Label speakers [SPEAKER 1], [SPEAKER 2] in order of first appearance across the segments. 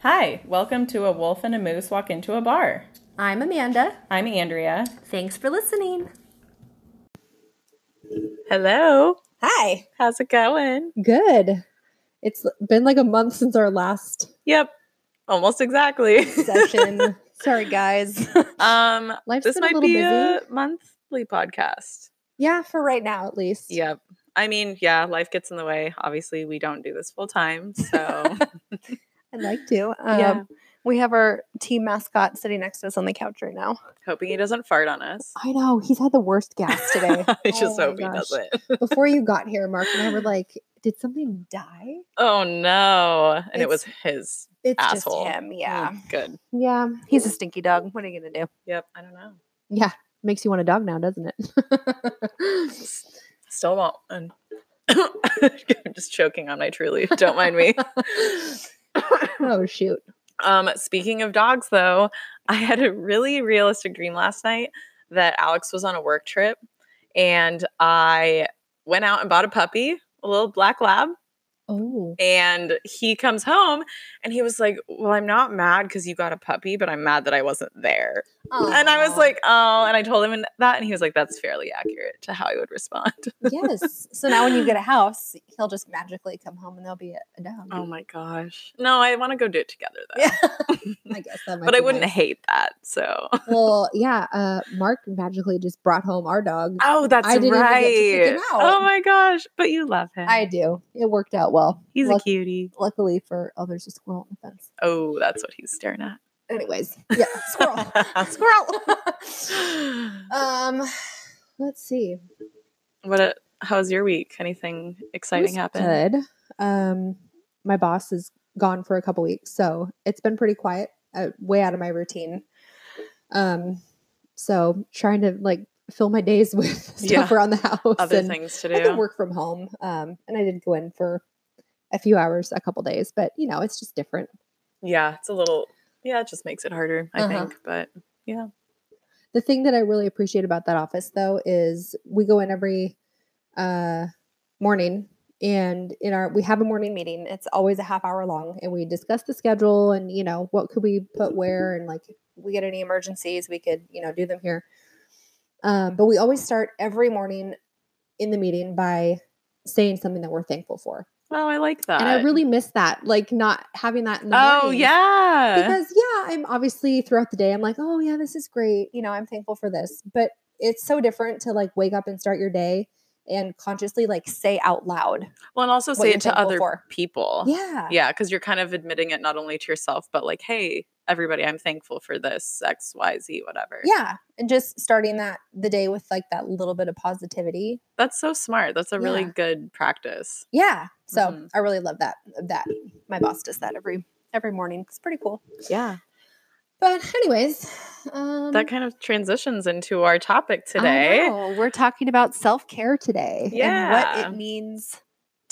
[SPEAKER 1] Hi, welcome to A Wolf and a Moose Walk Into a Bar.
[SPEAKER 2] I'm Amanda.
[SPEAKER 1] I'm Andrea.
[SPEAKER 2] Thanks for listening.
[SPEAKER 1] Hello.
[SPEAKER 2] Hi.
[SPEAKER 1] How's it going?
[SPEAKER 3] Good. It's been like a month since our last
[SPEAKER 1] Yep. Almost exactly.
[SPEAKER 3] session. Sorry, guys.
[SPEAKER 1] Um
[SPEAKER 3] Life's
[SPEAKER 1] this
[SPEAKER 3] been a
[SPEAKER 1] might
[SPEAKER 3] little
[SPEAKER 1] be
[SPEAKER 3] busy.
[SPEAKER 1] a monthly podcast.
[SPEAKER 3] yeah, for right now at least.
[SPEAKER 1] Yep. I mean, yeah, life gets in the way. Obviously, we don't do this full time. So,
[SPEAKER 3] I'd like to. Um,
[SPEAKER 1] Yeah.
[SPEAKER 3] We have our team mascot sitting next to us on the couch right now.
[SPEAKER 1] hoping he doesn't fart on us.
[SPEAKER 3] I know he's had the worst gas today.
[SPEAKER 1] I just
[SPEAKER 3] Oh my
[SPEAKER 1] hope
[SPEAKER 3] gosh.
[SPEAKER 1] he doesn't.
[SPEAKER 3] Before you got here, Mark and I were like, "Did something die?"
[SPEAKER 1] Oh no. And it was
[SPEAKER 3] It's-
[SPEAKER 1] his.
[SPEAKER 3] It's
[SPEAKER 1] Asshole.
[SPEAKER 3] just him.
[SPEAKER 1] Mm,
[SPEAKER 3] Yeah,
[SPEAKER 1] Good.
[SPEAKER 3] yeah. He's a stinky dog. What are you gonna do?
[SPEAKER 1] Yep. I don't know.
[SPEAKER 3] Yeah, makes you want a dog now, doesn't it?
[SPEAKER 1] S- Still won't. And I'm just choking on my truly. Don't mind me.
[SPEAKER 3] oh shoot!
[SPEAKER 1] Um, speaking of dogs, though, I had a really realistic dream last night that Alex was on a work trip and I went out and bought a puppy, a little black lab,
[SPEAKER 3] Oh,
[SPEAKER 1] and he comes home and he was like, Well, I'm not mad because you got a puppy, but I'm mad that I wasn't there. And I was like, Oh, and I told him that, and he was like, That's fairly accurate to how I would respond.
[SPEAKER 2] Yes.
[SPEAKER 3] So now when you get a house, he'll just magically come home and there'll be a, a dog.
[SPEAKER 1] Oh my gosh. No, I want to go do it together though.
[SPEAKER 3] Yeah. I guess that might
[SPEAKER 1] But I
[SPEAKER 3] be
[SPEAKER 1] wouldn't
[SPEAKER 3] nice.
[SPEAKER 1] hate that. So,
[SPEAKER 3] Well, yeah, uh, Mark magically just brought home our dog.
[SPEAKER 1] oh, that's
[SPEAKER 3] I didn't even
[SPEAKER 1] right.
[SPEAKER 3] get to pick him
[SPEAKER 1] Oh
[SPEAKER 3] out.
[SPEAKER 1] my gosh. But you love him.
[SPEAKER 3] I do. It worked out well.
[SPEAKER 1] He's
[SPEAKER 3] Luck-
[SPEAKER 1] a cutie.
[SPEAKER 3] Luckily for oh, there's a squirrel on the fence.
[SPEAKER 1] Oh, that's what he's staring at.
[SPEAKER 3] Anyways, yeah, squirrel, squirrel. um, let's see.
[SPEAKER 1] what? A, how's your week? Anything
[SPEAKER 3] It
[SPEAKER 1] exciting
[SPEAKER 3] was
[SPEAKER 1] happen?
[SPEAKER 3] Good. Um, my boss is gone for a couple weeks, so it's been pretty quiet. Uh, way out of my routine. Um, so trying to like fill my days with stuff
[SPEAKER 1] Yeah.
[SPEAKER 3] around the house
[SPEAKER 1] Other
[SPEAKER 3] and
[SPEAKER 1] things to
[SPEAKER 3] I
[SPEAKER 1] do.
[SPEAKER 3] did work from home. Um, and I did go in for a few hours, a couple days, but you know, it's just different.
[SPEAKER 1] yeah, it's a little. Yeah, it just makes it harder. I
[SPEAKER 3] Uh-huh.
[SPEAKER 1] think, but
[SPEAKER 3] The thing that I really appreciate about that office though is we go in every uh morning and in our we have a morning meeting. It's always a half hour long and we discuss the schedule and you know, what could we put where and like if we get any emergencies, we could, you know, do them here. Um, but we always start every morning in the meeting by saying something that we're thankful for.
[SPEAKER 1] oh, I like that.
[SPEAKER 3] And I really miss that, like not having that in the
[SPEAKER 1] oh
[SPEAKER 3] morning.
[SPEAKER 1] yeah.
[SPEAKER 3] Because yeah, I'm obviously throughout the day, I'm like, oh yeah, this is great. You know, I'm thankful for this. But it's so different to like wake up and start your day and consciously like say out loud.
[SPEAKER 1] well, and also
[SPEAKER 3] what
[SPEAKER 1] say
[SPEAKER 3] you're
[SPEAKER 1] it to
[SPEAKER 3] thankful
[SPEAKER 1] other
[SPEAKER 3] for.
[SPEAKER 1] people.
[SPEAKER 3] Yeah.
[SPEAKER 1] Yeah, because you're kind of admitting it not only to yourself, but like, hey, everybody, I'm thankful for this X, Y, Z, whatever.
[SPEAKER 3] Yeah. And just starting that the day with like that little bit of positivity.
[SPEAKER 1] that's so smart. That's a really
[SPEAKER 3] Yeah.
[SPEAKER 1] good practice.
[SPEAKER 3] Yeah. So
[SPEAKER 1] Mhm.
[SPEAKER 3] I really love that that my boss does that every every morning. It's pretty cool.
[SPEAKER 1] Yeah,
[SPEAKER 3] But anyways, um
[SPEAKER 1] that kind of transitions into our topic
[SPEAKER 3] I
[SPEAKER 1] today.
[SPEAKER 3] know. We're talking about self-care today and
[SPEAKER 1] Yeah.
[SPEAKER 3] what it means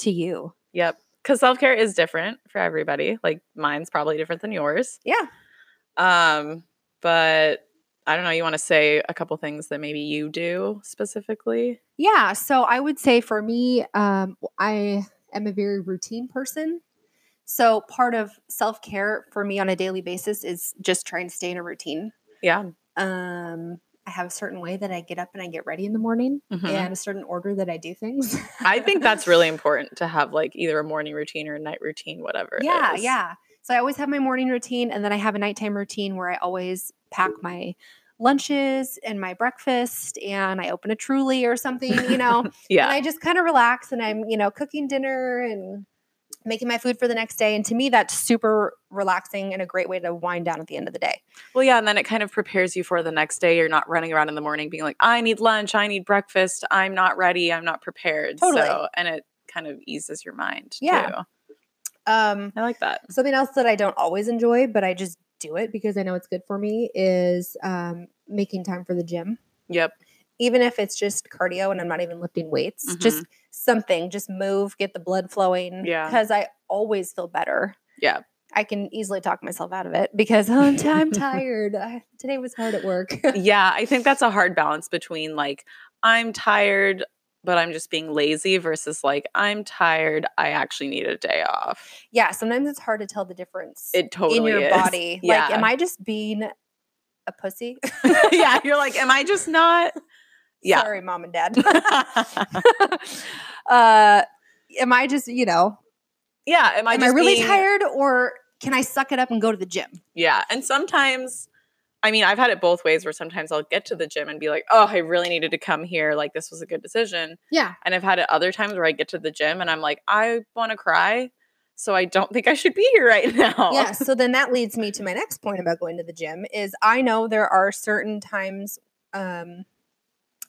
[SPEAKER 3] to you.
[SPEAKER 1] Yep. Cause self care is different for everybody. Like mine's probably different than yours.
[SPEAKER 3] Yeah.
[SPEAKER 1] Um, but I don't know, you want to say a couple things that maybe you do specifically?
[SPEAKER 3] Yeah. So I would say for me, um, I am a very routine person. So part of self care for me on a daily basis is just trying to stay in a routine.
[SPEAKER 1] Yeah.
[SPEAKER 3] Um, I have a certain way that I get up and I get ready in the morning
[SPEAKER 1] Mhm.
[SPEAKER 3] and a certain order that I do things.
[SPEAKER 1] I think that's really important to have like either a morning routine or a night routine, whatever. it
[SPEAKER 3] yeah.
[SPEAKER 1] is.
[SPEAKER 3] Yeah. So I always have my morning routine and then I have a nighttime routine where I always pack my lunches and my breakfast and I open a truly or something, you know.
[SPEAKER 1] Yeah.
[SPEAKER 3] and I just kind of relax and I'm, you know, cooking dinner and making my food for the next day. And to me, that's super relaxing and a great way to wind down at the end of the day.
[SPEAKER 1] well, yeah. And then it kind of prepares you for the next day. You're not running around in the morning being like, I need lunch, I need breakfast, I'm not ready, I'm not prepared.
[SPEAKER 3] Totally.
[SPEAKER 1] So, and it kind of eases your mind.
[SPEAKER 3] Yeah.
[SPEAKER 1] Too.
[SPEAKER 3] Um,
[SPEAKER 1] I like that.
[SPEAKER 3] something else that I don't always enjoy, but I just do it because I know it's good for me is um, making time for the gym.
[SPEAKER 1] Yep.
[SPEAKER 3] Even if it's just cardio and I'm not even lifting weights, just something, just move, get the blood flowing.
[SPEAKER 1] Mm-hmm. Yeah.
[SPEAKER 3] Because I always feel better.
[SPEAKER 1] Yeah.
[SPEAKER 3] I can easily talk myself out of it because oh, I'm, I'm tired. Uh, Today was hard at work.
[SPEAKER 1] yeah, I think that's a hard balance between like I'm tired but I'm just being lazy versus like I'm tired. I actually need a day off.
[SPEAKER 3] Yeah, sometimes it's hard to tell the difference
[SPEAKER 1] It totally
[SPEAKER 3] in your
[SPEAKER 1] is.
[SPEAKER 3] body.
[SPEAKER 1] Yeah.
[SPEAKER 3] Like, am I just being a pussy?
[SPEAKER 1] yeah, you're like, am I just not? Yeah.
[SPEAKER 3] Sorry, mom and dad. uh, am I just, you know,
[SPEAKER 1] yeah. Am I
[SPEAKER 3] am I
[SPEAKER 1] just
[SPEAKER 3] really
[SPEAKER 1] being-
[SPEAKER 3] tired or can I suck it up and go to the gym?
[SPEAKER 1] Yeah. And sometimes, I mean, I've had it both ways where sometimes I'll get to the gym and be like, oh, I really needed to come here. Like, this was a good decision.
[SPEAKER 4] Yeah.
[SPEAKER 1] And I've had it other times where I get to the gym and I'm like, I want to cry. So I don't think I should be here right now.
[SPEAKER 3] Yeah, so then that leads me to my next point about going to the gym is I know there are certain times um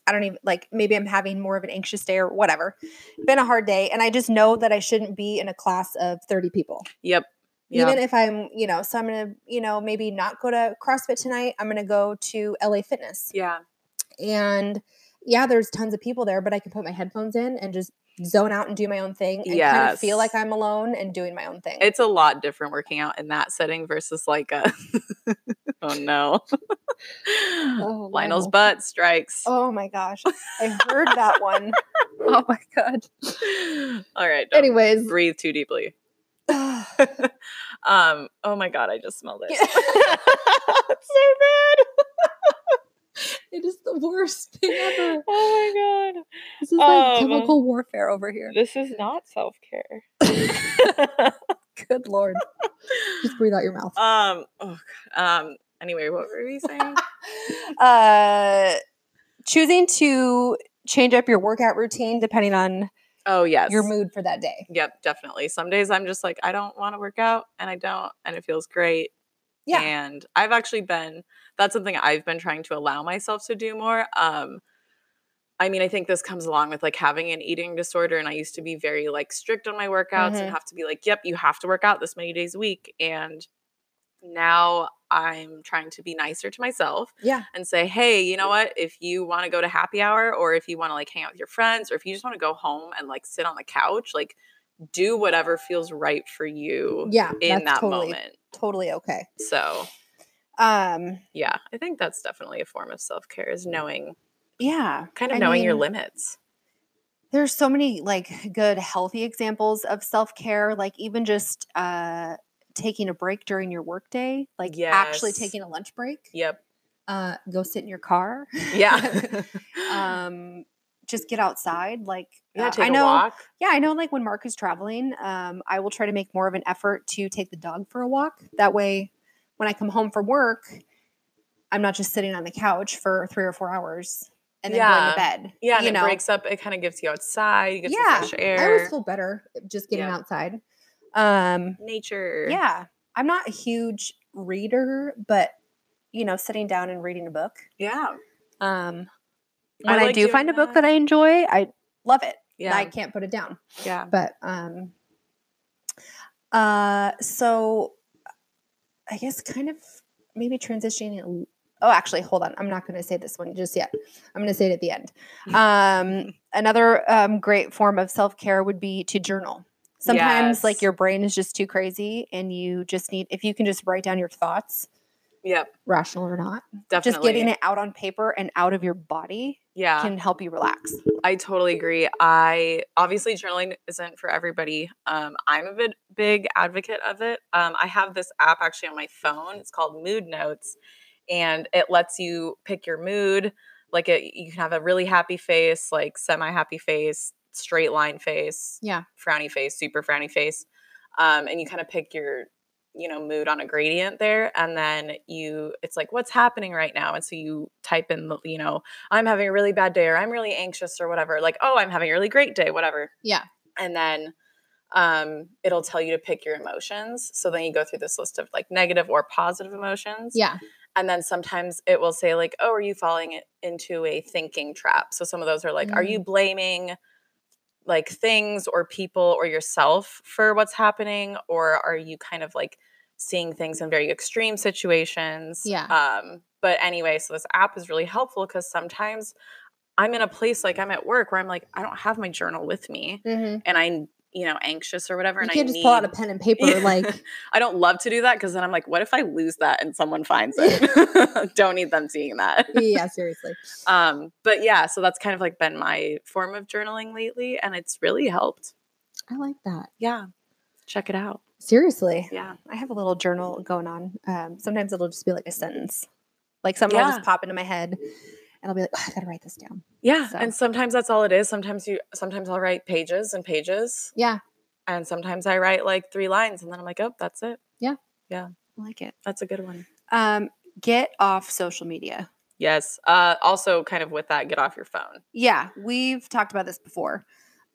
[SPEAKER 3] I don't even like maybe I'm having more of an anxious day or whatever. Been a hard day and I just know that I shouldn't be in a class of 30 people.
[SPEAKER 1] Yep. Yeah.
[SPEAKER 3] Even if I'm, you know, so I'm going to, you know, maybe not go to CrossFit tonight. I'm going to go to LA Fitness.
[SPEAKER 1] yeah.
[SPEAKER 3] And yeah, there's tons of people there, but I can put my headphones in and just zone out and do my own thing and kind of feel
[SPEAKER 1] Yes.
[SPEAKER 3] like I'm alone and doing my own thing.
[SPEAKER 1] It's a lot different working out in that setting versus like a, oh no.
[SPEAKER 3] Oh,
[SPEAKER 1] Lionel's
[SPEAKER 3] Lionel.
[SPEAKER 1] butt strikes.
[SPEAKER 3] Oh my gosh. I heard that one. Oh my god.
[SPEAKER 1] All right. Don't
[SPEAKER 4] Anyways,
[SPEAKER 1] breathe too deeply.
[SPEAKER 3] Ugh.
[SPEAKER 1] um, oh my god, I just smelled it.
[SPEAKER 3] Yeah.
[SPEAKER 1] so
[SPEAKER 4] it is the worst thing
[SPEAKER 1] bad.
[SPEAKER 4] ever.
[SPEAKER 1] Oh my
[SPEAKER 4] This is like
[SPEAKER 1] Um,
[SPEAKER 4] chemical warfare over here.
[SPEAKER 1] god. This is not self-care.
[SPEAKER 3] Good lord.
[SPEAKER 4] Just breathe out your mouth.
[SPEAKER 1] um, oh god. Um, anyway, what were we saying?
[SPEAKER 3] Uh choosing to change up your workout routine depending on
[SPEAKER 1] Oh, yes.
[SPEAKER 3] your mood for that day.
[SPEAKER 1] Yep, definitely. Some days I'm just like I don't want to work out and I don't and it feels great.
[SPEAKER 3] Yeah.
[SPEAKER 1] And I've actually been that's something I've been trying to allow myself to do more. Um I mean, I think this comes along with like having an eating disorder and I used to be very like strict on my workouts
[SPEAKER 3] Mhm.
[SPEAKER 1] and have to be like, "Yep, you have to work out this many days a week." And now I'm trying to be nicer to myself
[SPEAKER 3] Yeah.
[SPEAKER 1] and say, "Hey, you know what? If you want to go to happy hour or if you want to like hang out with your friends or if you just want to go home and like sit on the couch, like do whatever feels right for you
[SPEAKER 4] Yeah.
[SPEAKER 1] in
[SPEAKER 3] that's
[SPEAKER 1] that
[SPEAKER 3] totally-
[SPEAKER 1] moment."
[SPEAKER 3] Totally okay.
[SPEAKER 1] So,
[SPEAKER 3] Um
[SPEAKER 1] yeah, I think that's definitely a form of self-care is knowing
[SPEAKER 3] yeah.
[SPEAKER 1] kind of
[SPEAKER 3] I
[SPEAKER 1] knowing your
[SPEAKER 3] mean,
[SPEAKER 1] limits.
[SPEAKER 3] there's so many like good healthy examples of self-care like even just uh taking a break during your workday like actually
[SPEAKER 1] Yes.
[SPEAKER 3] taking a lunch break
[SPEAKER 1] Yep.
[SPEAKER 3] uh go sit in your car
[SPEAKER 1] Yeah.
[SPEAKER 3] um just get outside like
[SPEAKER 1] yeah,
[SPEAKER 3] uh,
[SPEAKER 1] take
[SPEAKER 3] i know
[SPEAKER 1] a walk.
[SPEAKER 3] yeah i know like when mark is traveling um i will try to make more of an effort to take the dog for a walk that way when i come home from work i'm not just sitting on the couch for three or four hours and then going
[SPEAKER 1] Yeah.
[SPEAKER 3] to bed
[SPEAKER 1] Yeah, and
[SPEAKER 3] you
[SPEAKER 1] it
[SPEAKER 3] know
[SPEAKER 1] breaks up. It kind of gets you outside. You get
[SPEAKER 3] Yeah,
[SPEAKER 1] some fresh
[SPEAKER 4] I always
[SPEAKER 1] air.
[SPEAKER 4] feel better
[SPEAKER 3] uh,
[SPEAKER 4] just getting
[SPEAKER 1] Yeah.
[SPEAKER 4] outside.
[SPEAKER 3] um
[SPEAKER 1] nature.
[SPEAKER 3] yeah i'm not a huge reader but you know sitting down and reading a book
[SPEAKER 1] Yeah.
[SPEAKER 3] um
[SPEAKER 1] I
[SPEAKER 3] when i,
[SPEAKER 1] like
[SPEAKER 3] do
[SPEAKER 1] doing
[SPEAKER 3] find a book
[SPEAKER 1] that.
[SPEAKER 3] that i enjoy i love it
[SPEAKER 1] Yeah.
[SPEAKER 4] I can't put it down.
[SPEAKER 1] yeah.
[SPEAKER 4] But um
[SPEAKER 3] Uh, so I guess kind of maybe transitioning. a l- Oh, actually, hold on. I'm not going to say this one just yet. I'm going to say it at the end.
[SPEAKER 1] Hmm.
[SPEAKER 3] Um, another um, great form of self care would be to journal. Sometimes, like
[SPEAKER 1] Yes.
[SPEAKER 3] your brain is just too crazy, and you just need if you can just write down your thoughts,
[SPEAKER 1] Yep.
[SPEAKER 4] rational or not.
[SPEAKER 1] Definitely.
[SPEAKER 3] just getting it out on paper and out of your body
[SPEAKER 1] Yeah.
[SPEAKER 3] can help you relax.
[SPEAKER 1] I totally agree. I obviously journaling isn't for everybody. Um, I'm a bit big advocate of it. Um, I have this app actually on my phone. It's called Mood Notes, and it lets you pick your mood. Like it, you can have a really happy face, like semi happy face, straight line face,
[SPEAKER 4] Yeah.
[SPEAKER 1] frowny face, super frowny face, um, and you kind of pick your you know mood on a gradient there and then you it's like what's happening right now and so you type in the you know I'm having a really bad day or I'm really anxious or whatever. Like, oh, I'm having a really great day, whatever.
[SPEAKER 4] Yeah.
[SPEAKER 1] And then um, it'll tell you to pick your emotions. So then you go through this list of like negative or positive emotions.
[SPEAKER 4] Yeah.
[SPEAKER 1] And then sometimes it will say, like, oh, are you falling i- into a thinking trap? So some of those are like, are
[SPEAKER 4] Mm.
[SPEAKER 1] you blaming like things or people or yourself for what's happening? Or are you kind of like seeing things in very extreme situations?
[SPEAKER 4] Yeah.
[SPEAKER 1] Um, but anyway, so this app is really helpful because sometimes I'm in a place like I'm at work where I'm like, I don't have my journal with me
[SPEAKER 3] Mm-hmm.
[SPEAKER 1] and I you know anxious or whatever,
[SPEAKER 4] Mm. You
[SPEAKER 1] and
[SPEAKER 4] can't
[SPEAKER 1] I
[SPEAKER 4] just
[SPEAKER 1] need,
[SPEAKER 4] pull out a pen and paper.
[SPEAKER 1] Yeah.
[SPEAKER 4] Like,
[SPEAKER 1] I don't love to do that because then I'm like, what if I lose that and someone finds it? don't need them seeing that.
[SPEAKER 4] yeah, seriously.
[SPEAKER 1] Um, but yeah, so that's kind of like been my form of journaling lately, and it's really helped.
[SPEAKER 4] I like that.
[SPEAKER 1] Yeah, check it out.
[SPEAKER 4] Seriously.
[SPEAKER 1] Yeah,
[SPEAKER 3] I have a little journal going on. Um, sometimes it'll just be like a sentence, like something will
[SPEAKER 1] Yeah.
[SPEAKER 3] just pop into my head, and I'll be like, oh, I gotta write this down.
[SPEAKER 1] yeah,
[SPEAKER 3] So-
[SPEAKER 1] and sometimes that's all it is. Sometimes you, sometimes I'll write pages and pages,
[SPEAKER 4] Yeah.
[SPEAKER 1] and sometimes I write like three lines, and then I'm like, oh, that's it.
[SPEAKER 3] I like it.
[SPEAKER 1] That's a good one.
[SPEAKER 3] Um, get off social media.
[SPEAKER 1] Yes. Uh, also, kind of with that, get off your phone.
[SPEAKER 3] Yeah, we've talked about this before.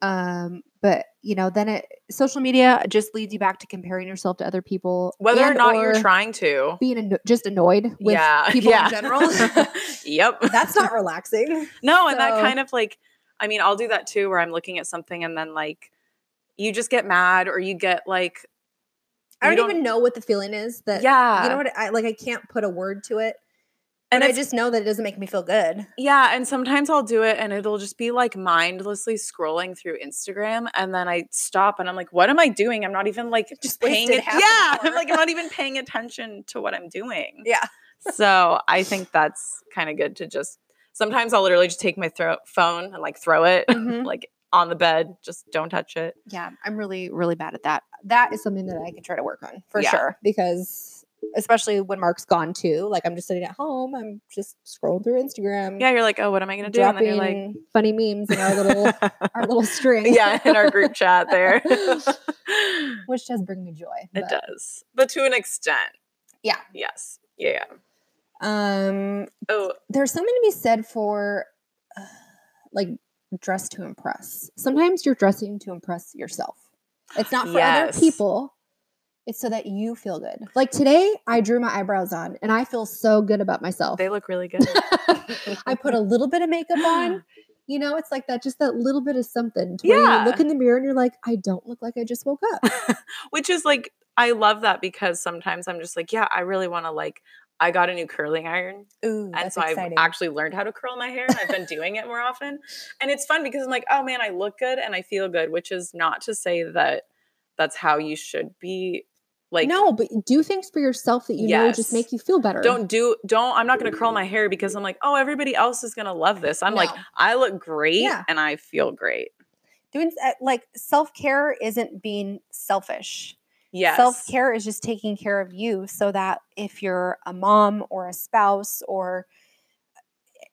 [SPEAKER 3] Um, but you know, then it social media just leads you back to comparing yourself to other people,
[SPEAKER 1] Whether or
[SPEAKER 3] and
[SPEAKER 1] not you're
[SPEAKER 3] or
[SPEAKER 1] trying to.
[SPEAKER 4] Being anno- just annoyed with
[SPEAKER 1] yeah.
[SPEAKER 4] people
[SPEAKER 1] yeah.
[SPEAKER 4] in general.
[SPEAKER 1] yep.
[SPEAKER 4] That's not relaxing.
[SPEAKER 1] No, and that
[SPEAKER 4] So-
[SPEAKER 1] kind of like, I mean, I'll do that too, where I'm looking at something and then like, you just get mad or you get like,
[SPEAKER 4] I
[SPEAKER 1] You
[SPEAKER 4] don't,
[SPEAKER 1] don't-
[SPEAKER 4] even know what the feeling is that.
[SPEAKER 1] yeah.
[SPEAKER 4] You know what? I like. I can't put a word to it, and
[SPEAKER 1] and
[SPEAKER 4] I
[SPEAKER 1] it's,
[SPEAKER 4] just know that it doesn't make me feel good.
[SPEAKER 1] yeah. And sometimes I'll do it and it'll just be like mindlessly scrolling through Instagram. And then I stop and I'm like, what am I doing? I'm not even like
[SPEAKER 4] Just
[SPEAKER 1] paying
[SPEAKER 4] wasted
[SPEAKER 1] it.
[SPEAKER 4] half
[SPEAKER 1] Yeah.
[SPEAKER 4] an
[SPEAKER 1] I'm
[SPEAKER 4] hour.
[SPEAKER 1] like, I'm not even paying attention to what I'm doing.
[SPEAKER 4] Yeah.
[SPEAKER 1] so I think that's kind of good to just sometimes I'll literally just take my thro- phone and like throw it
[SPEAKER 4] Mm-hmm.
[SPEAKER 3] Mhm.
[SPEAKER 1] like on the bed. Just don't touch it.
[SPEAKER 3] Yeah, I'm really, really bad at that. That
[SPEAKER 4] It's
[SPEAKER 3] is
[SPEAKER 4] something that I could try to work on for
[SPEAKER 1] Yeah.
[SPEAKER 4] sure because especially when Mark's gone too. Like I'm just sitting at home. I'm just scrolling through Instagram.
[SPEAKER 1] Yeah, you're like, oh, what am I gonna do? And then
[SPEAKER 4] dropping
[SPEAKER 1] you're like,
[SPEAKER 4] funny memes in our little our little string.
[SPEAKER 1] yeah, in our group chat there. it
[SPEAKER 4] which does bring me joy. but-
[SPEAKER 1] does, but to an extent.
[SPEAKER 4] Yeah.
[SPEAKER 1] Yes. Yeah.
[SPEAKER 4] Um,
[SPEAKER 1] Oh,
[SPEAKER 4] there's something to be said for uh, like dress to impress. Sometimes you're dressing to impress yourself. It's not for
[SPEAKER 1] Yes.
[SPEAKER 4] other people. It's so that you feel good. Like today, I drew my eyebrows on, and I feel so good about myself.
[SPEAKER 1] they look really good.
[SPEAKER 4] I put a little bit of makeup on. You know, it's like that, just that little bit of something. To Where
[SPEAKER 1] Yeah.
[SPEAKER 4] you look in the mirror and you're like, I don't look like I just woke up.
[SPEAKER 1] Which is like, I love that because sometimes I'm just like, yeah, I really want to like. I got a new curling iron
[SPEAKER 4] Ooh,
[SPEAKER 1] and
[SPEAKER 4] that's
[SPEAKER 1] so
[SPEAKER 4] exciting.
[SPEAKER 1] I've actually learned how to curl my hair and I've been doing it more often. And it's fun because I'm like, oh man, I look good and I feel good, which is not to say that that's how you should be like
[SPEAKER 4] no, but do things for yourself that you know just
[SPEAKER 1] Yes.
[SPEAKER 4] make you feel better.
[SPEAKER 1] don't do don't I'm not going to curl my hair because I'm like, oh, everybody else is going to love this. I'm like,
[SPEAKER 4] No.
[SPEAKER 1] I look great
[SPEAKER 4] Yeah.
[SPEAKER 1] and I feel great.
[SPEAKER 3] doing uh, like self care isn't being selfish.
[SPEAKER 1] Yes.
[SPEAKER 3] Self care is just taking care of you so that if you're a mom or a spouse or uh,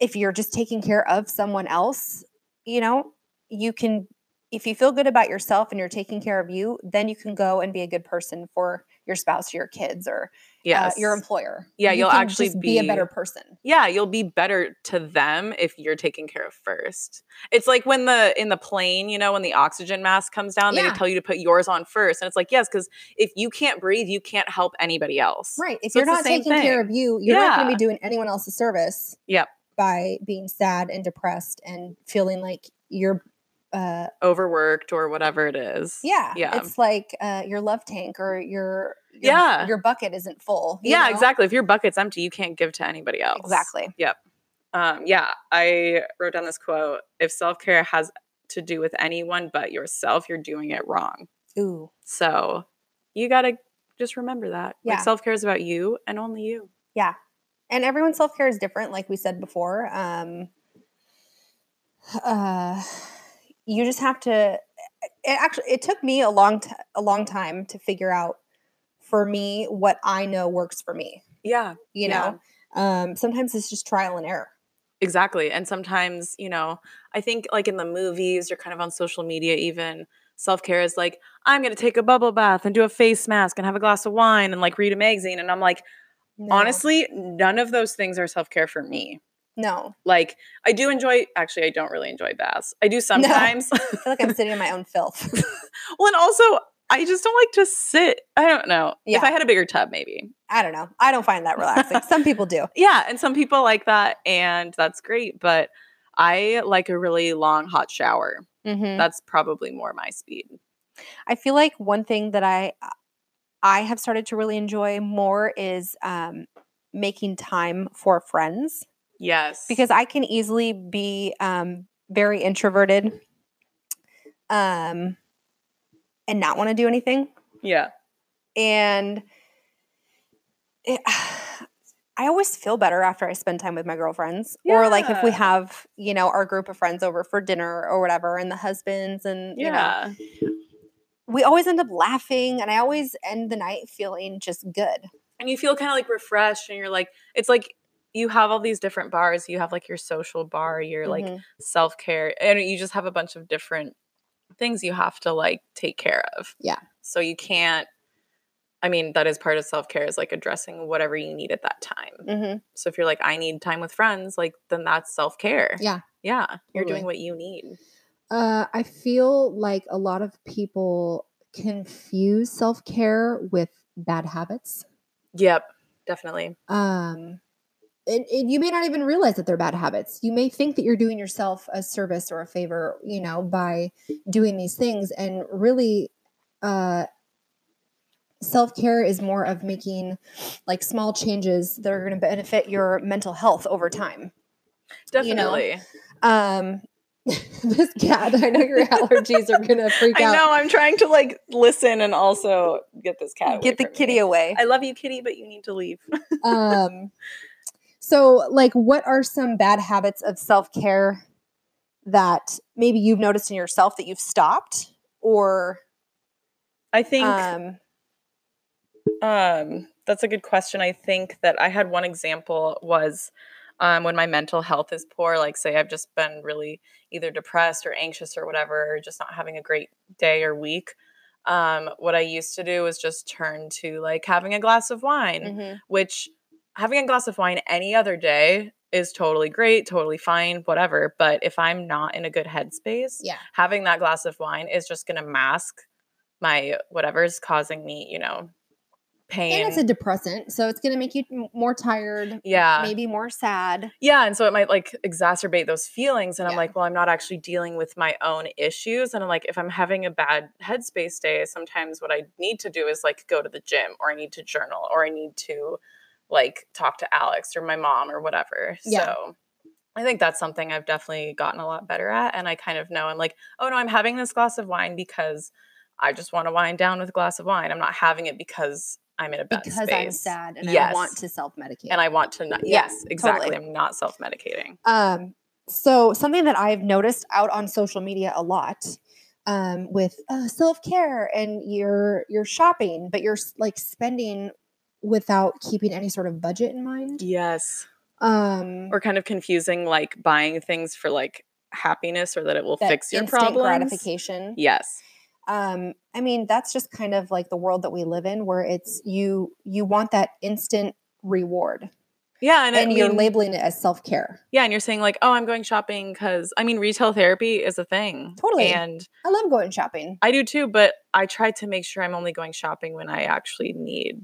[SPEAKER 3] if you're just taking care of someone else, you know, you can, if you feel good about yourself and you're taking care of you, then you can go and be a good person for your spouse or your kids or
[SPEAKER 1] Yes.
[SPEAKER 3] uh, your employer.
[SPEAKER 1] Yeah,
[SPEAKER 4] You
[SPEAKER 1] you'll
[SPEAKER 4] can
[SPEAKER 1] actually
[SPEAKER 4] just be, a
[SPEAKER 1] be-
[SPEAKER 4] better person.
[SPEAKER 1] yeah, you'll be better to them if you're taken care of first. It's like when the in the plane, you know, when the oxygen mask comes down,
[SPEAKER 4] Yeah.
[SPEAKER 1] they tell you to put yours on first. And it's like, yes, because if you can't breathe, you can't help anybody else.
[SPEAKER 4] Right. If
[SPEAKER 1] So
[SPEAKER 4] you're
[SPEAKER 1] it's the
[SPEAKER 4] not
[SPEAKER 1] same
[SPEAKER 4] taking care of you, you're not going to
[SPEAKER 1] Yeah.
[SPEAKER 4] be doing anyone else a service.
[SPEAKER 1] Yep.
[SPEAKER 4] By being sad and depressed and feeling like you're, uh,
[SPEAKER 1] Overworked or whatever it is.
[SPEAKER 4] yeah,
[SPEAKER 1] Yeah.
[SPEAKER 4] It's like uh, your love tank or your, your
[SPEAKER 1] Yeah.
[SPEAKER 4] your bucket isn't full. you
[SPEAKER 1] yeah,
[SPEAKER 4] know?
[SPEAKER 1] exactly. If your bucket's empty, you can't give to anybody else.
[SPEAKER 3] Exactly.
[SPEAKER 1] Um, yeah, I wrote down this quote if self care has to do with anyone but yourself, you're doing it wrong.
[SPEAKER 3] Ooh.
[SPEAKER 1] So you got to just remember that.
[SPEAKER 3] Yeah.
[SPEAKER 1] Like self care is about you and only you.
[SPEAKER 3] and everyone's self care is different, like we said before. Um, uh, you just have to. It actually, it took me a long, t- a long time to figure out for me what I know works for me.
[SPEAKER 1] Yeah.
[SPEAKER 3] You
[SPEAKER 1] Yeah.
[SPEAKER 3] know, um, sometimes it's just trial and error.
[SPEAKER 1] Exactly. And sometimes, you know, I think like in the movies or kind of on social media, even self care is like, I'm going to take a bubble bath and do a face mask and have a glass of wine and like read a magazine. And I'm like,
[SPEAKER 4] No.
[SPEAKER 1] honestly, none of those things are self care for me.
[SPEAKER 3] No,
[SPEAKER 1] Like, I do enjoy, actually, I don't really enjoy baths. I do sometimes.
[SPEAKER 3] I feel like I'm sitting in my own filth.
[SPEAKER 1] well, and also, I just don't like to sit. I don't know. If
[SPEAKER 3] Yeah.
[SPEAKER 1] I had a bigger tub, maybe.
[SPEAKER 3] I don't know. I don't find that relaxing. Some people do.
[SPEAKER 1] Yeah. And some people like that. And that's great. But I like a really long hot shower.
[SPEAKER 3] Mm-hmm.
[SPEAKER 1] That's probably more my speed.
[SPEAKER 3] I feel like one thing that I I have started to really enjoy more is um, making time for friends
[SPEAKER 1] Yes.
[SPEAKER 3] because I can easily be um, very introverted. Um, and not want to do anything.
[SPEAKER 1] Yeah.
[SPEAKER 3] And it, I always feel better after I spend time with my girlfriends. Or like if we
[SPEAKER 1] Yeah.
[SPEAKER 3] have, you know, our group of friends over for dinner or whatever, and the husbands and, you know,
[SPEAKER 1] Yeah.
[SPEAKER 3] we always end up laughing. And I always end the night feeling just good.
[SPEAKER 1] and you feel kind of like refreshed and you're like it's like you have all these different bars you have like your social bar your like
[SPEAKER 3] Mhm.
[SPEAKER 1] self-care and you just have a bunch of different things you have to like take care of
[SPEAKER 4] Yeah.
[SPEAKER 1] so you can't i mean that is part of self-care is like addressing whatever you need at that time
[SPEAKER 3] Mhm.
[SPEAKER 1] so if you're like i need time with friends like then that's self-care
[SPEAKER 4] Yeah.
[SPEAKER 1] yeah you're
[SPEAKER 4] Totally.
[SPEAKER 1] doing what you need
[SPEAKER 4] Uh, I feel like a lot of people confuse self care with bad habits.
[SPEAKER 1] yep definitely
[SPEAKER 4] Um, and, and you may not even realize that they're bad habits. You may think that you're doing yourself a service or a favor, you know, by doing these things. And really, uh, self care is more of making like small changes
[SPEAKER 3] They're going to benefit your mental health over time. You know,
[SPEAKER 1] definitely
[SPEAKER 3] Um,
[SPEAKER 4] this cat. I know your allergies are gonna freak
[SPEAKER 1] i
[SPEAKER 4] out.
[SPEAKER 1] know i'm trying to like listen and also get this cat away
[SPEAKER 3] get the
[SPEAKER 1] from me.
[SPEAKER 3] kitty away.
[SPEAKER 1] i love you kitty but you need to leave
[SPEAKER 4] Um, so, like, what are some bad habits of self care?
[SPEAKER 3] that maybe you've noticed in yourself that you've stopped or
[SPEAKER 1] I think
[SPEAKER 3] um
[SPEAKER 1] um, that's a good question. I think that I had one example was um, when my mental health is poor, like say I've just been really either depressed or anxious or whatever, or just not having a great day or week. Um, what I used to do was just turn to like having a glass of wine,
[SPEAKER 3] Mm-hmm.
[SPEAKER 1] which having a glass of wine any other day is totally great, totally fine, whatever. But if I'm not in a good headspace,
[SPEAKER 4] Yeah.
[SPEAKER 1] having that glass of wine is just going to mask my whatever's causing me, you know, pain.
[SPEAKER 4] And it's a depressant, so it's gonna make you m- more tired.
[SPEAKER 1] yeah.
[SPEAKER 3] maybe more sad
[SPEAKER 1] Yeah. And so it might like exacerbate those feelings. And I'm
[SPEAKER 4] Yeah.
[SPEAKER 1] like, well, I'm not actually dealing with my own issues. And I'm like, if I'm having a bad headspace day, sometimes what I need to do is like go to the gym or I need to journal or I need to like talk to Alex or my mom or whatever.
[SPEAKER 4] Yeah.
[SPEAKER 1] So I think that's something I've definitely gotten a lot better at. And I kind of know I'm like, oh no, I'm having this glass of wine because I just want to wind down with a glass of wine. I'm not having it because I'm in a bad
[SPEAKER 4] Because I'm
[SPEAKER 1] space.
[SPEAKER 4] sad and I
[SPEAKER 1] Yes.
[SPEAKER 4] want to self medicate.
[SPEAKER 1] and I want to not.
[SPEAKER 3] Yeah,
[SPEAKER 1] yes, exactly.
[SPEAKER 3] totally.
[SPEAKER 1] I'm not self medicating.
[SPEAKER 4] um,
[SPEAKER 3] so something that i've noticed out on social media a lot
[SPEAKER 4] um, with uh, self care and you're you're shopping, but you're s- like spending without keeping any sort of budget in mind.
[SPEAKER 1] Yes.
[SPEAKER 4] Um,
[SPEAKER 1] Or kind of confusing like buying things for like happiness or that it will
[SPEAKER 4] that
[SPEAKER 1] fix your
[SPEAKER 4] instant
[SPEAKER 1] problems.
[SPEAKER 4] gratification.
[SPEAKER 1] Yes.
[SPEAKER 4] um i mean that's just kind of like the world that we live in where it's you you want that instant reward
[SPEAKER 1] Yeah, and,
[SPEAKER 4] and,
[SPEAKER 1] I
[SPEAKER 4] you're
[SPEAKER 1] mean-
[SPEAKER 4] labeling it as self-care
[SPEAKER 1] yeah, and you're saying like, oh, I'm going shopping because I mean, retail therapy is a thing.
[SPEAKER 4] Totally.
[SPEAKER 1] And
[SPEAKER 4] i love going shopping
[SPEAKER 1] I do too, but I try to make sure I'm only going shopping when I actually need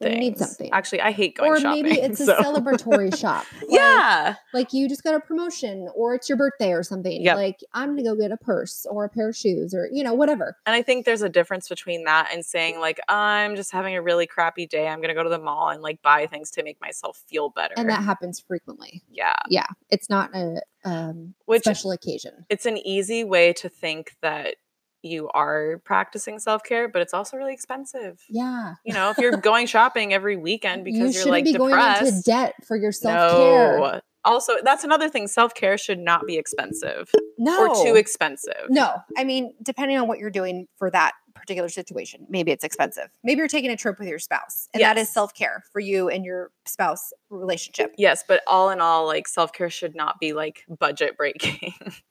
[SPEAKER 4] When
[SPEAKER 1] things.
[SPEAKER 4] you need something.
[SPEAKER 1] Actually, I hate going
[SPEAKER 4] or
[SPEAKER 1] shopping.
[SPEAKER 4] maybe it's a
[SPEAKER 1] so-
[SPEAKER 4] celebratory shop Like-
[SPEAKER 1] yeah.
[SPEAKER 4] like you just got a promotion or it's your birthday or something
[SPEAKER 1] Yep.
[SPEAKER 4] like i'm gonna go get a purse or a pair of shoes or you know whatever
[SPEAKER 1] And I think there's a difference between that and saying like I'm just having a really crappy day. I'm gonna go to the mall and like buy things to make myself feel better.
[SPEAKER 4] and that happens frequently
[SPEAKER 1] yeah,
[SPEAKER 3] Uh,
[SPEAKER 4] yeah it's not a um,
[SPEAKER 1] which
[SPEAKER 4] special occasion
[SPEAKER 1] it's an easy way to think that you are practicing self care, but it's also really expensive.
[SPEAKER 4] yeah
[SPEAKER 1] You know, if you're going shopping every weekend because
[SPEAKER 4] you
[SPEAKER 1] you are
[SPEAKER 4] shouldn't
[SPEAKER 1] like
[SPEAKER 4] be
[SPEAKER 1] depressed,
[SPEAKER 4] going into debt for your self-care
[SPEAKER 1] no. Also, that's another thing. Self care should not be expensive
[SPEAKER 4] no
[SPEAKER 1] or too expensive.
[SPEAKER 3] no i mean depending on what you're doing for that particular situation maybe it's expensive maybe you're taking a trip with your spouse and that is
[SPEAKER 1] Yes.
[SPEAKER 3] self-care for you and your spouse relationship
[SPEAKER 1] Yes, but all in all, like self care should not be like budget breaking.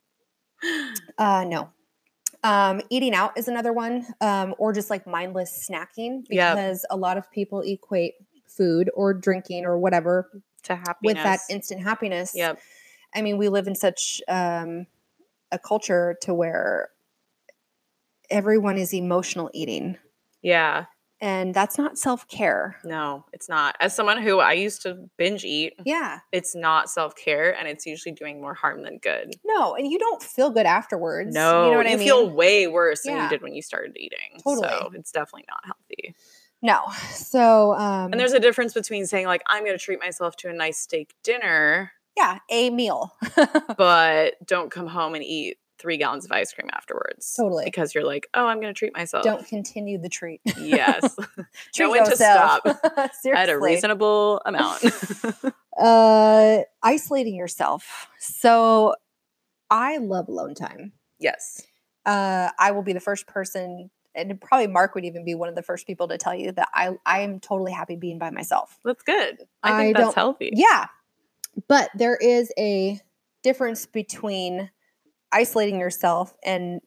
[SPEAKER 3] uh no um, eating out is another one um, or just like mindless snacking
[SPEAKER 1] Yeah.
[SPEAKER 4] because a lot of people equate food or drinking or whatever
[SPEAKER 1] to happiness.
[SPEAKER 4] with that instant happiness.
[SPEAKER 1] Yep.
[SPEAKER 4] I mean, we live in such um,
[SPEAKER 3] a culture to where everyone is emotional eating
[SPEAKER 1] Yeah.
[SPEAKER 3] and that's not self-care
[SPEAKER 1] No, it's not. As someone who I used to binge eat,
[SPEAKER 3] yeah
[SPEAKER 1] it's not self care and it's usually doing more harm than good.
[SPEAKER 3] no and you don't feel good afterwards
[SPEAKER 1] No,
[SPEAKER 3] you know what i mean
[SPEAKER 1] feel way worse than
[SPEAKER 3] Yeah.
[SPEAKER 1] you did when you started eating. So
[SPEAKER 3] Totally.
[SPEAKER 1] it's definitely not healthy.
[SPEAKER 3] no
[SPEAKER 4] so. Um,
[SPEAKER 3] Mm-hmm.
[SPEAKER 1] And there's a difference between saying like I'm going to treat myself to a nice steak dinner,
[SPEAKER 3] yeah a meal
[SPEAKER 1] but don't come home and eat three gallons of ice cream afterwards.
[SPEAKER 3] Totally.
[SPEAKER 1] Because you're like, oh, I'm going to treat myself.
[SPEAKER 3] Don't continue the treat.
[SPEAKER 1] yes.
[SPEAKER 3] Treat
[SPEAKER 1] when to
[SPEAKER 3] yourself. Seriously.
[SPEAKER 1] At a reasonable amount.
[SPEAKER 3] Uh, isolating yourself. So I love alone time.
[SPEAKER 1] yes.
[SPEAKER 3] Uh, I will be the first person, and probably Mark would even be one of the first people to tell you that I I am totally happy being by myself.
[SPEAKER 1] That's good. I
[SPEAKER 4] I
[SPEAKER 1] think
[SPEAKER 4] don't-
[SPEAKER 1] that's healthy.
[SPEAKER 3] Yeah.
[SPEAKER 4] But there is a
[SPEAKER 3] Difference between isolating yourself and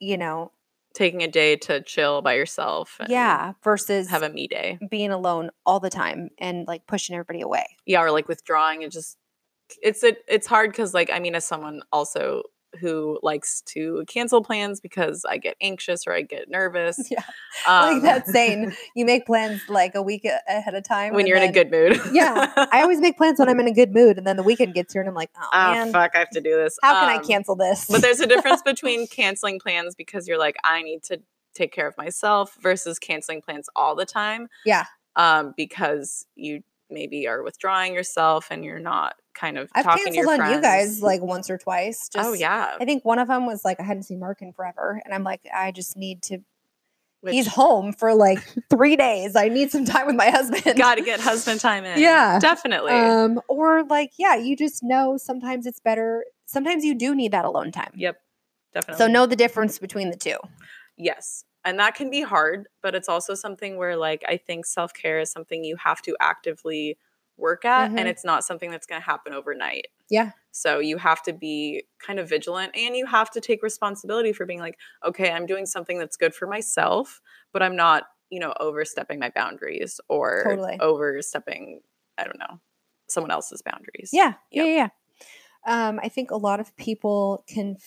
[SPEAKER 3] you know,
[SPEAKER 1] Taking a day to chill by yourself. and
[SPEAKER 3] yeah, versus
[SPEAKER 1] Have a me day.
[SPEAKER 3] being alone all the time and like pushing everybody away.
[SPEAKER 1] yeah or like withdrawing and just it's it, it's hard because like i mean as someone also who likes to cancel plans because i get anxious or i get nervous
[SPEAKER 3] Yeah.
[SPEAKER 1] um,
[SPEAKER 3] like that saying, you make plans like a week a- ahead of time
[SPEAKER 1] when
[SPEAKER 3] and
[SPEAKER 1] you're in a good
[SPEAKER 3] then-
[SPEAKER 1] mood
[SPEAKER 3] Yeah, I always make plans when I'm in a good mood, and then the weekend gets here, and I'm like, oh,
[SPEAKER 1] oh
[SPEAKER 3] man,
[SPEAKER 1] fuck i have to do this
[SPEAKER 3] how can I
[SPEAKER 1] Um,
[SPEAKER 3] cancel this?
[SPEAKER 1] but there's a difference between canceling plans because you're like i need to take care of myself versus canceling plans all the time
[SPEAKER 3] Yeah.
[SPEAKER 1] um because you maybe are withdrawing yourself and you're not kind of
[SPEAKER 3] I've
[SPEAKER 1] talking to your
[SPEAKER 3] canceled on
[SPEAKER 1] friends.
[SPEAKER 3] you guys like once or twice. Just,
[SPEAKER 1] oh yeah
[SPEAKER 3] I think one of them was like I hadn't seen Mark in forever, and I'm like, I just need to.
[SPEAKER 1] Which-
[SPEAKER 3] He's home for like three days. I need some time with my husband. Uh,
[SPEAKER 1] got to get husband time in.
[SPEAKER 4] Yeah.
[SPEAKER 1] Definitely.
[SPEAKER 4] um
[SPEAKER 3] Or like, yeah, you just know sometimes it's better. Sometimes you do need that alone time.
[SPEAKER 1] yep. Definitely.
[SPEAKER 3] So know the difference between the two.
[SPEAKER 1] Yes. And that can be hard, but it's also something where, like, I think self care is something you have to actively work at,
[SPEAKER 3] Mhm.
[SPEAKER 1] and it's not something that's going to happen overnight.
[SPEAKER 4] Yeah.
[SPEAKER 1] So you have to be kind of vigilant and you have to take responsibility for being like, okay, I'm doing something that's good for myself, but I'm not, you know, overstepping my boundaries or
[SPEAKER 3] Totally.
[SPEAKER 1] overstepping, I don't know, someone else's boundaries.
[SPEAKER 3] Yeah,
[SPEAKER 1] Yep.
[SPEAKER 3] yeah, yeah. Um, I think a lot of people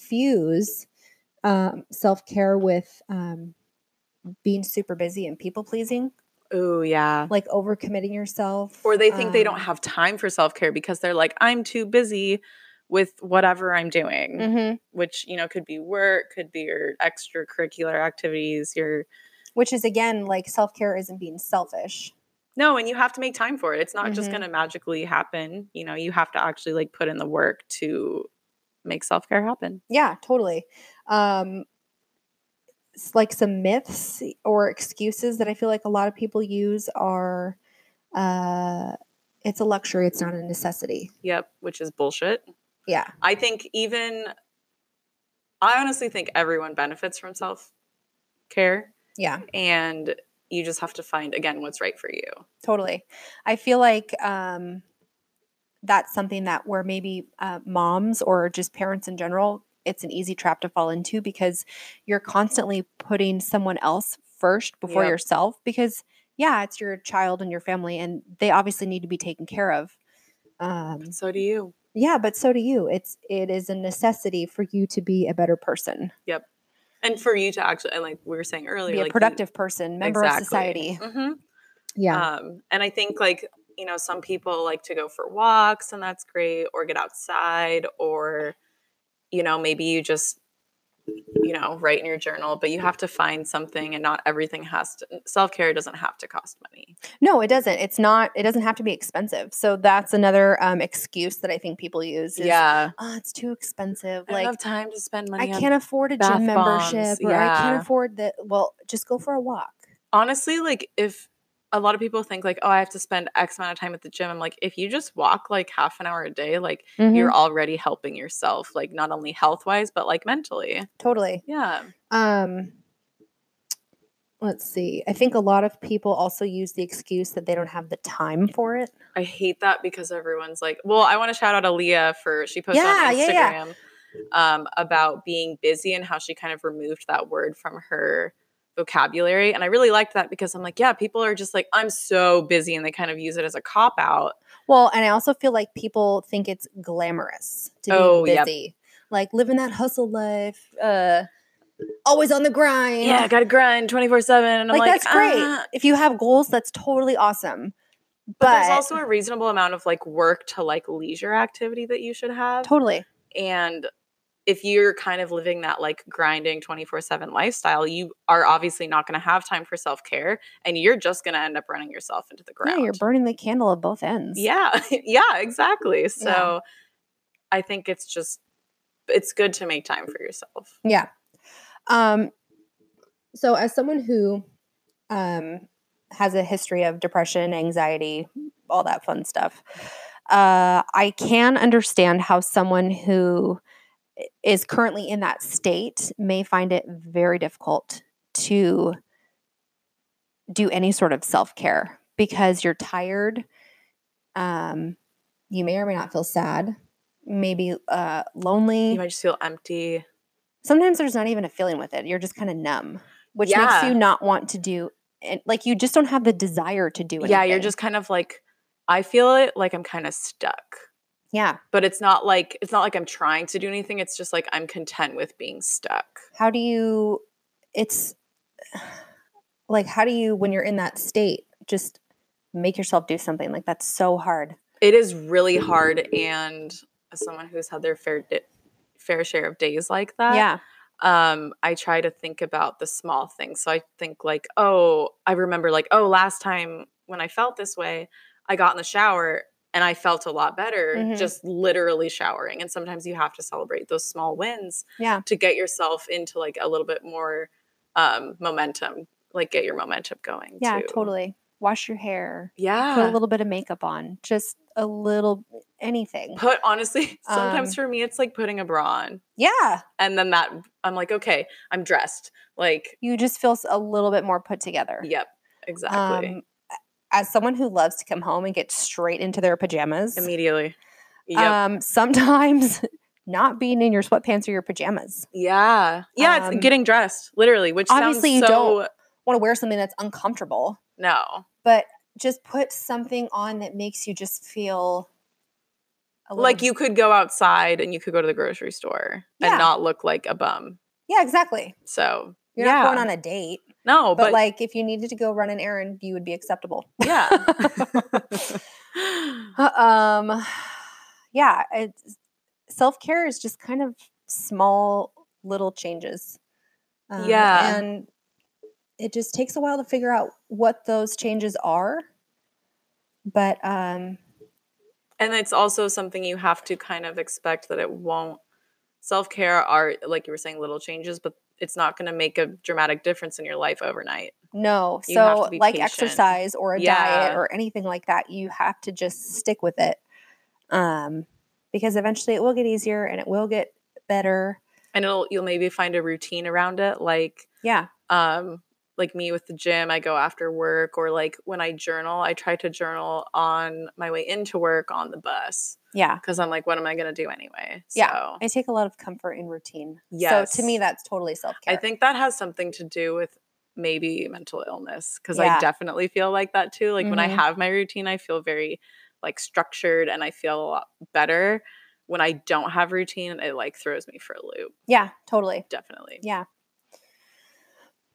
[SPEAKER 3] confuse
[SPEAKER 4] um self care with
[SPEAKER 3] um, being super busy and people pleasing,
[SPEAKER 1] Oh, yeah.
[SPEAKER 3] like overcommitting yourself,
[SPEAKER 1] or they think they don't
[SPEAKER 3] um,
[SPEAKER 1] have time for self-care because they're like i'm too busy with whatever i'm doing
[SPEAKER 3] Mhm.
[SPEAKER 1] which you know could be work could be your extracurricular activities your
[SPEAKER 3] Which is again like self care isn't being selfish.
[SPEAKER 1] no and you have to make time for it it's not just
[SPEAKER 3] Mhm.
[SPEAKER 1] going to magically happen you know you have to actually like put in the work to make self-care happen
[SPEAKER 3] Yeah, totally. Um, s- like some myths or excuses that I feel like a lot of people use are, uh, it's a luxury, it's not a necessity.
[SPEAKER 1] yep which is bullshit
[SPEAKER 3] Yeah,
[SPEAKER 1] i think even i honestly think everyone benefits from self-care
[SPEAKER 3] yeah,
[SPEAKER 1] and you just have to find again what's right for you
[SPEAKER 3] totally. I feel like um, that's something that where maybe uh, moms or just parents in general, it's an easy trap to fall into because you're constantly putting someone else first before
[SPEAKER 1] Yep.
[SPEAKER 3] yourself because yeah, it's your child and your family and they obviously need to be taken care of. Um,
[SPEAKER 1] so do you
[SPEAKER 3] yeah, but so do you. It's it is a necessity for you to be a better person,
[SPEAKER 1] and for you to actually and like we were saying earlier
[SPEAKER 3] be
[SPEAKER 1] like
[SPEAKER 3] a productive person, member of society.
[SPEAKER 1] hmm
[SPEAKER 4] yeah
[SPEAKER 1] um and i think like you know some people like to go for walks and that's great or get outside or you know maybe you just you know write in your journal but you have to find something and not everything has to self-care doesn't have to cost money
[SPEAKER 3] No, it doesn't. It's not. It doesn't have to be expensive. So that's another um, excuse that I think people use. Is,
[SPEAKER 1] yeah
[SPEAKER 3] oh, it's too expensive.
[SPEAKER 1] i
[SPEAKER 3] like
[SPEAKER 1] don't have time to spend
[SPEAKER 3] I
[SPEAKER 1] money on
[SPEAKER 3] can't afford a
[SPEAKER 1] bath
[SPEAKER 3] gym membership,
[SPEAKER 1] bombs.
[SPEAKER 3] or I can't
[SPEAKER 1] Yeah.
[SPEAKER 3] afford that. Well, just go for a walk.
[SPEAKER 1] honestly, like if a lot of people think like, oh, I have to spend X amount of time at the gym. I'm like, if you just walk like half an hour a day, like
[SPEAKER 3] Mm-hmm.
[SPEAKER 1] you're already helping yourself, like not only health wise, but like mentally.
[SPEAKER 3] Totally.
[SPEAKER 1] Yeah.
[SPEAKER 3] Um, let's see. I think a lot of people also use the excuse that they don't have the time for it.
[SPEAKER 1] I hate that because everyone's like, well, I want to shout out Aaliyah for she posted
[SPEAKER 3] Yeah,
[SPEAKER 1] on
[SPEAKER 3] yeah, yeah.
[SPEAKER 1] Instagram um, about being busy and how she kind of removed that word from her vocabulary. And I really liked that because I'm like, yeah, people are just like, I'm so busy. And they kind of use it as a cop out.
[SPEAKER 3] Well, and I also feel like people think it's glamorous to be
[SPEAKER 1] Oh, yep.
[SPEAKER 3] busy, like living that hustle life, uh, always on the grind.
[SPEAKER 1] Yeah, got to grind 24 seven. And I'm
[SPEAKER 3] like,
[SPEAKER 1] like,
[SPEAKER 3] that's great.
[SPEAKER 1] "Ah,
[SPEAKER 3] if you have goals, that's totally awesome. But,
[SPEAKER 1] but, there's also a reasonable amount of like work to like leisure activity that you should have
[SPEAKER 3] totally
[SPEAKER 1] and if you're kind of living that like grinding 24/7 lifestyle you are obviously not going to have time for self-care and you're just going to end up running yourself into the ground
[SPEAKER 3] yeah, you're burning the candle at both ends.
[SPEAKER 1] yeah yeah exactly so i think it's just it's good to make time for yourself.
[SPEAKER 3] Yeah.
[SPEAKER 4] Um,
[SPEAKER 3] So, as someone who um, has a history of depression, anxiety, all that fun stuff, uh, I can understand how someone who i- is currently in that state may find it very difficult to do any sort of self care because you're tired. Um, you may or may not feel sad, maybe uh, lonely
[SPEAKER 1] You might just feel empty.
[SPEAKER 3] sometimes there's not even a feeling with it. You're just kind of numb, which makes
[SPEAKER 1] Yeah.
[SPEAKER 3] you not want to do and like you just don't have the desire to do
[SPEAKER 1] Mm-hmm.
[SPEAKER 3] anything.
[SPEAKER 1] Yeah, you're just kind of like I feel it like I'm kind of stuck.
[SPEAKER 3] yeah.
[SPEAKER 1] But it's not like it's not like I'm trying to do anything. It's just like I'm content with being stuck.
[SPEAKER 3] How do you it's like how do you when you're in that state just make yourself do something? Like that's so hard.
[SPEAKER 1] It is really hard and as someone who's had their fair di- fair share of days like that,
[SPEAKER 3] yeah.
[SPEAKER 1] um i try to think about the small things so i think like oh i remember like oh last time when i felt this way i got in the shower and i felt a lot better
[SPEAKER 3] Mhm.
[SPEAKER 1] just literally showering and sometimes you have to celebrate those small wins
[SPEAKER 3] Yeah.
[SPEAKER 1] to get yourself into like a little bit more um momentum like get your momentum going
[SPEAKER 3] Yeah,
[SPEAKER 1] too.
[SPEAKER 3] totally. Wash your hair.
[SPEAKER 1] yeah
[SPEAKER 3] Put a little bit of makeup on. Just a little anything.
[SPEAKER 1] put honestly sometimes
[SPEAKER 3] Um,
[SPEAKER 1] for me it's like putting a bra on
[SPEAKER 3] Yeah.
[SPEAKER 1] and then that i'm like okay i'm dressed like
[SPEAKER 3] You just feel s- a little bit more put together.
[SPEAKER 1] yep exactly
[SPEAKER 3] Um, a- as someone who loves to come home and get straight into their pajamas,
[SPEAKER 1] immediately. Yep.
[SPEAKER 3] um, sometimes not being in your sweatpants or your pajamas.
[SPEAKER 1] yeah. Yeah.
[SPEAKER 3] um,
[SPEAKER 1] it's getting dressed, literally, which
[SPEAKER 3] obviously you
[SPEAKER 1] sounds so
[SPEAKER 3] don't. Want to wear something that's uncomfortable,
[SPEAKER 1] no.
[SPEAKER 3] but just put something on that makes you just feel a little-
[SPEAKER 1] Like you could go outside and you could go to the grocery store
[SPEAKER 3] Yeah.
[SPEAKER 1] and not look like a bum.
[SPEAKER 3] Yeah, exactly.
[SPEAKER 1] So
[SPEAKER 3] You're
[SPEAKER 1] yeah.
[SPEAKER 3] not going on a date,
[SPEAKER 1] no,
[SPEAKER 3] but,
[SPEAKER 1] but,
[SPEAKER 3] like if you needed to go run an errand, you would be acceptable.
[SPEAKER 1] yeah.
[SPEAKER 3] um, yeah, it's, self care is just kind of small little changes. Um,
[SPEAKER 1] Yeah.
[SPEAKER 3] and it just takes a while to figure out what those changes are. But um,
[SPEAKER 1] and it's also something you have to kind of expect that it won't self care are like you were saying, little changes, but it's not gonna make a dramatic difference in your life overnight.
[SPEAKER 3] no,
[SPEAKER 1] You have
[SPEAKER 3] so
[SPEAKER 1] to be
[SPEAKER 3] like
[SPEAKER 1] patient.
[SPEAKER 3] exercise or a diet
[SPEAKER 1] Yeah.
[SPEAKER 3] or anything like that, you have to just stick with it. Um, because eventually it will get easier and it will get better.
[SPEAKER 1] And it'll you'll maybe find a routine around it, like
[SPEAKER 3] Yeah.
[SPEAKER 1] um like me with the gym i go after work or like when i journal i try to journal on my way into work on the bus
[SPEAKER 3] Yeah.
[SPEAKER 1] because i'm like what am i going to do anyway
[SPEAKER 3] Yeah.
[SPEAKER 1] so
[SPEAKER 3] I take a lot of comfort in routine. So
[SPEAKER 1] Yes.
[SPEAKER 3] to me, that's totally self care.
[SPEAKER 1] i think that has something to do with maybe mental illness because
[SPEAKER 3] Yeah.
[SPEAKER 1] i definitely feel like that too like when i
[SPEAKER 3] Mhm.
[SPEAKER 1] have my routine i feel very like structured and i feel a lot better when i don't have routine it like throws me for a loop
[SPEAKER 3] Yeah, totally.
[SPEAKER 1] definitely
[SPEAKER 3] Yeah.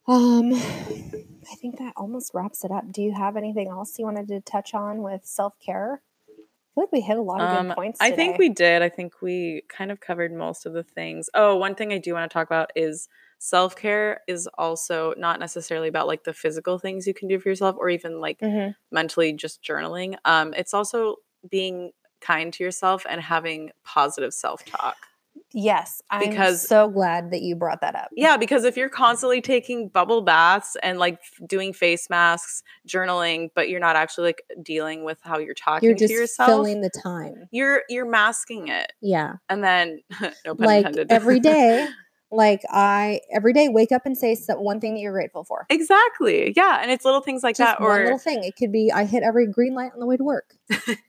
[SPEAKER 3] Um, I think that almost wraps it up. Do you have anything else you wanted to touch on with self care? I feel like we hit a lot of good
[SPEAKER 1] Um,
[SPEAKER 3] points.
[SPEAKER 1] I think
[SPEAKER 3] today.
[SPEAKER 1] we did. I think we kind of covered most of the things. Oh, one thing I do want to talk about is self care is also not necessarily about like the physical things you can do for yourself or even like
[SPEAKER 3] Mhm.
[SPEAKER 1] mentally just journaling. Um, it's also being kind to yourself and having positive self talk.
[SPEAKER 4] Mm.
[SPEAKER 3] Yes, I'm
[SPEAKER 1] Because-
[SPEAKER 3] so glad that you brought that up.
[SPEAKER 1] Yeah, because if you're constantly taking bubble baths and like f- doing face masks, journaling, but you're not actually like dealing with how you're talking
[SPEAKER 4] you're just
[SPEAKER 1] to yourself,
[SPEAKER 4] filling the time.
[SPEAKER 1] you're you're masking it.
[SPEAKER 4] Yeah.
[SPEAKER 1] and then no pun
[SPEAKER 4] Like
[SPEAKER 1] intended
[SPEAKER 4] every day,
[SPEAKER 3] Like I every day wake up and say some, one thing that you're grateful for.
[SPEAKER 1] exactly yeah and it's little things like
[SPEAKER 4] just
[SPEAKER 1] that
[SPEAKER 4] one
[SPEAKER 1] or
[SPEAKER 4] little thing. It could be I hit every green light on the way to work.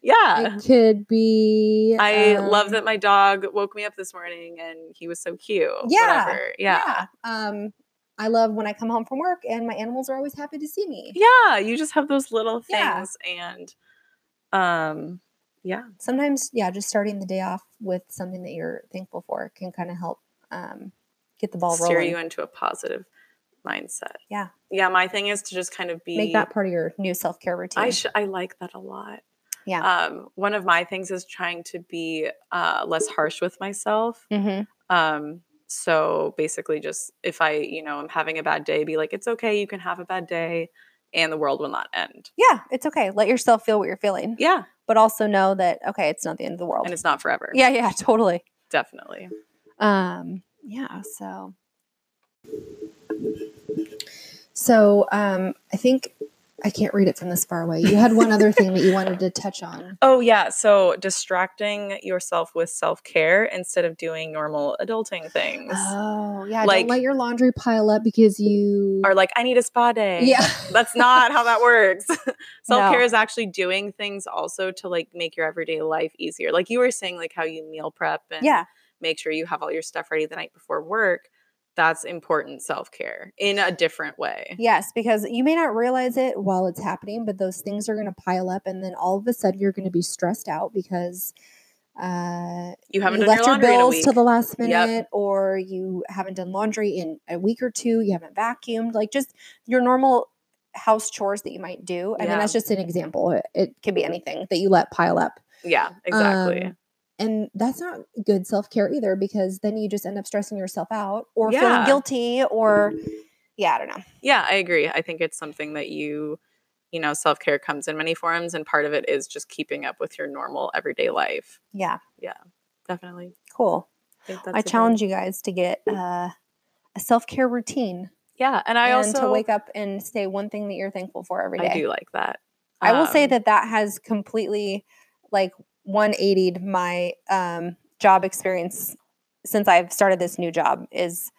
[SPEAKER 1] yeah
[SPEAKER 4] It could be
[SPEAKER 1] i love
[SPEAKER 4] um,
[SPEAKER 1] that my dog woke me up this morning and he was so cute
[SPEAKER 3] Yeah,
[SPEAKER 1] whatever. yeah
[SPEAKER 3] Um, I love when I come home from work and my animals are always happy to see me.
[SPEAKER 1] yeah you just have those little
[SPEAKER 3] Yeah.
[SPEAKER 1] things and um yeah
[SPEAKER 3] Sometimes, yeah, just starting the day off with something that you're thankful for can kind of help um, get the ball
[SPEAKER 1] steer
[SPEAKER 3] rolling.
[SPEAKER 1] you into a positive mindset
[SPEAKER 3] Yeah.
[SPEAKER 1] yeah my thing is to just kind of be
[SPEAKER 3] Make that part of your new self care routine.
[SPEAKER 1] I sh- I like that a lot.
[SPEAKER 3] Yeah.
[SPEAKER 1] Um, one of my things is trying to be uh, less harsh with myself.
[SPEAKER 3] Mhm.
[SPEAKER 1] Um, so basically, just if I, you know, I'm having a bad day, be like, it's okay, you can have a bad day, and the world will not end.
[SPEAKER 3] Yeah, it's okay. Let yourself feel what you're feeling,
[SPEAKER 1] Yeah,
[SPEAKER 3] but also know that okay, it's not the end of the world.
[SPEAKER 1] and it's not forever.
[SPEAKER 3] yeah, yeah, totally.
[SPEAKER 1] definitely.
[SPEAKER 3] Um, yeah. So,
[SPEAKER 4] So um, I think I can't read it from this far away. You had one other thing that you wanted to touch on.
[SPEAKER 1] Oh, yeah. So distracting yourself with self care instead of doing normal adulting things.
[SPEAKER 4] Oh yeah,
[SPEAKER 1] Like-
[SPEAKER 4] don't let your laundry pile up because you
[SPEAKER 1] Or, like, I need a spa day.
[SPEAKER 4] yeah.
[SPEAKER 1] That's not how that works. Self care
[SPEAKER 3] No.
[SPEAKER 1] is actually doing things also to like make your everyday life easier. Like you were saying, like how you meal prep and
[SPEAKER 3] yeah.
[SPEAKER 1] make sure you have all your stuff ready the night before work. That's important self care in a different way.
[SPEAKER 3] Yes. Because
[SPEAKER 4] You may not realize it while it's happening, but those things are going to pile up, and then all of a sudden you're going to be stressed out because uh,
[SPEAKER 1] You haven't
[SPEAKER 4] you
[SPEAKER 1] done
[SPEAKER 4] left
[SPEAKER 1] your
[SPEAKER 4] your
[SPEAKER 1] laundry in a
[SPEAKER 4] bills
[SPEAKER 1] week.
[SPEAKER 4] to the last
[SPEAKER 1] Yep.
[SPEAKER 4] minute, or you haven't done laundry in a week or two. You haven't vacuumed, like just your normal
[SPEAKER 3] house chores that you might
[SPEAKER 4] I
[SPEAKER 3] do.
[SPEAKER 4] mean,
[SPEAKER 3] I
[SPEAKER 1] Yeah.
[SPEAKER 3] mean,
[SPEAKER 4] that's just an example. It, it could be anything that you let pile up.
[SPEAKER 1] yeah, exactly.
[SPEAKER 4] Um, and that's not good self care either because then you just end up stressing yourself out or feeling
[SPEAKER 1] Yeah.
[SPEAKER 4] guilty or
[SPEAKER 3] yeah, I don't know.
[SPEAKER 1] yeah, I agree. I think it's something that you, you know, self care comes in many forms, and part of it is just keeping up with your normal everyday life.
[SPEAKER 3] Yeah.
[SPEAKER 1] Definitely.
[SPEAKER 3] Cool.
[SPEAKER 1] I, think that's
[SPEAKER 3] I
[SPEAKER 1] a good-
[SPEAKER 3] challenge you guys to get uh, a self care routine
[SPEAKER 1] Yeah, and I
[SPEAKER 3] and
[SPEAKER 1] also
[SPEAKER 3] to wake up and say one thing that you're thankful for every day.
[SPEAKER 1] I do like that.
[SPEAKER 3] I will say
[SPEAKER 1] Um,
[SPEAKER 3] that that has completely like 180'd my um, job experience since I've started this new job is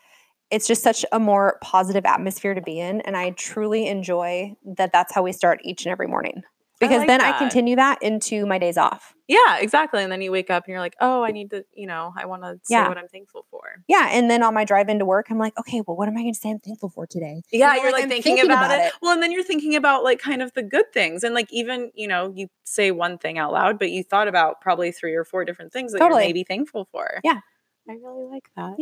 [SPEAKER 3] it's just such a more positive atmosphere to be in and I truly enjoy that that's how we start each and every morning because
[SPEAKER 1] like
[SPEAKER 3] then I
[SPEAKER 1] that.
[SPEAKER 3] continue that into my days off.
[SPEAKER 1] Yeah, exactly. And then you wake up and you're like, oh, I need to, you know, I want to say
[SPEAKER 3] Yeah.
[SPEAKER 1] what I'm thankful for.
[SPEAKER 3] Yeah, and then on my drive into work I'm like, okay, well what am I going to say I'm
[SPEAKER 4] thankful
[SPEAKER 3] thankful
[SPEAKER 4] for today.
[SPEAKER 1] Yeah,
[SPEAKER 3] know,
[SPEAKER 1] you're
[SPEAKER 3] like,
[SPEAKER 1] like
[SPEAKER 3] I'm
[SPEAKER 1] thinking,
[SPEAKER 3] thinking
[SPEAKER 1] about,
[SPEAKER 3] about
[SPEAKER 1] it.
[SPEAKER 3] it.
[SPEAKER 1] Well, and then you're thinking about like kind of the good things. And like even, you know, you say one thing out loud, but you thought about probably three or four different things that
[SPEAKER 3] Totally.
[SPEAKER 1] you're maybe thankful for.
[SPEAKER 3] Yeah.
[SPEAKER 1] I really like that.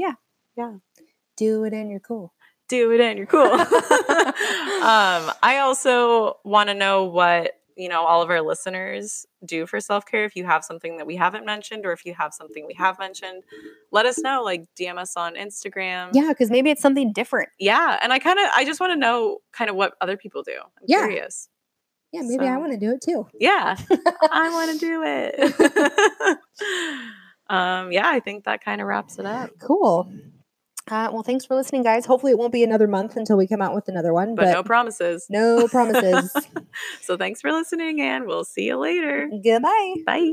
[SPEAKER 4] Do it and you're cool.
[SPEAKER 1] do it in. You're cool. um, I also want to know what you know all of our listeners do for self care. If you have something that we haven't mentioned, or if you have something we have mentioned, let us know. Like DM us on Instagram.
[SPEAKER 3] Yeah, because maybe it's something different.
[SPEAKER 1] Yeah, and I kind of I just want to know kind of what other people do. I'm
[SPEAKER 4] Yeah.
[SPEAKER 1] curious.
[SPEAKER 4] Yeah, maybe I
[SPEAKER 1] So-
[SPEAKER 4] want to do it too.
[SPEAKER 1] Yeah, I want to do it. um, yeah, I think that kind of wraps it up.
[SPEAKER 4] Cool. Uh, well, thanks for listening, guys. Hopefully, it won't be another month until we come out with another one,
[SPEAKER 1] But no
[SPEAKER 4] but,
[SPEAKER 1] promises.
[SPEAKER 4] no promises.
[SPEAKER 1] so thanks for listening, and we'll see you later.
[SPEAKER 3] Goodbye.
[SPEAKER 1] Bye.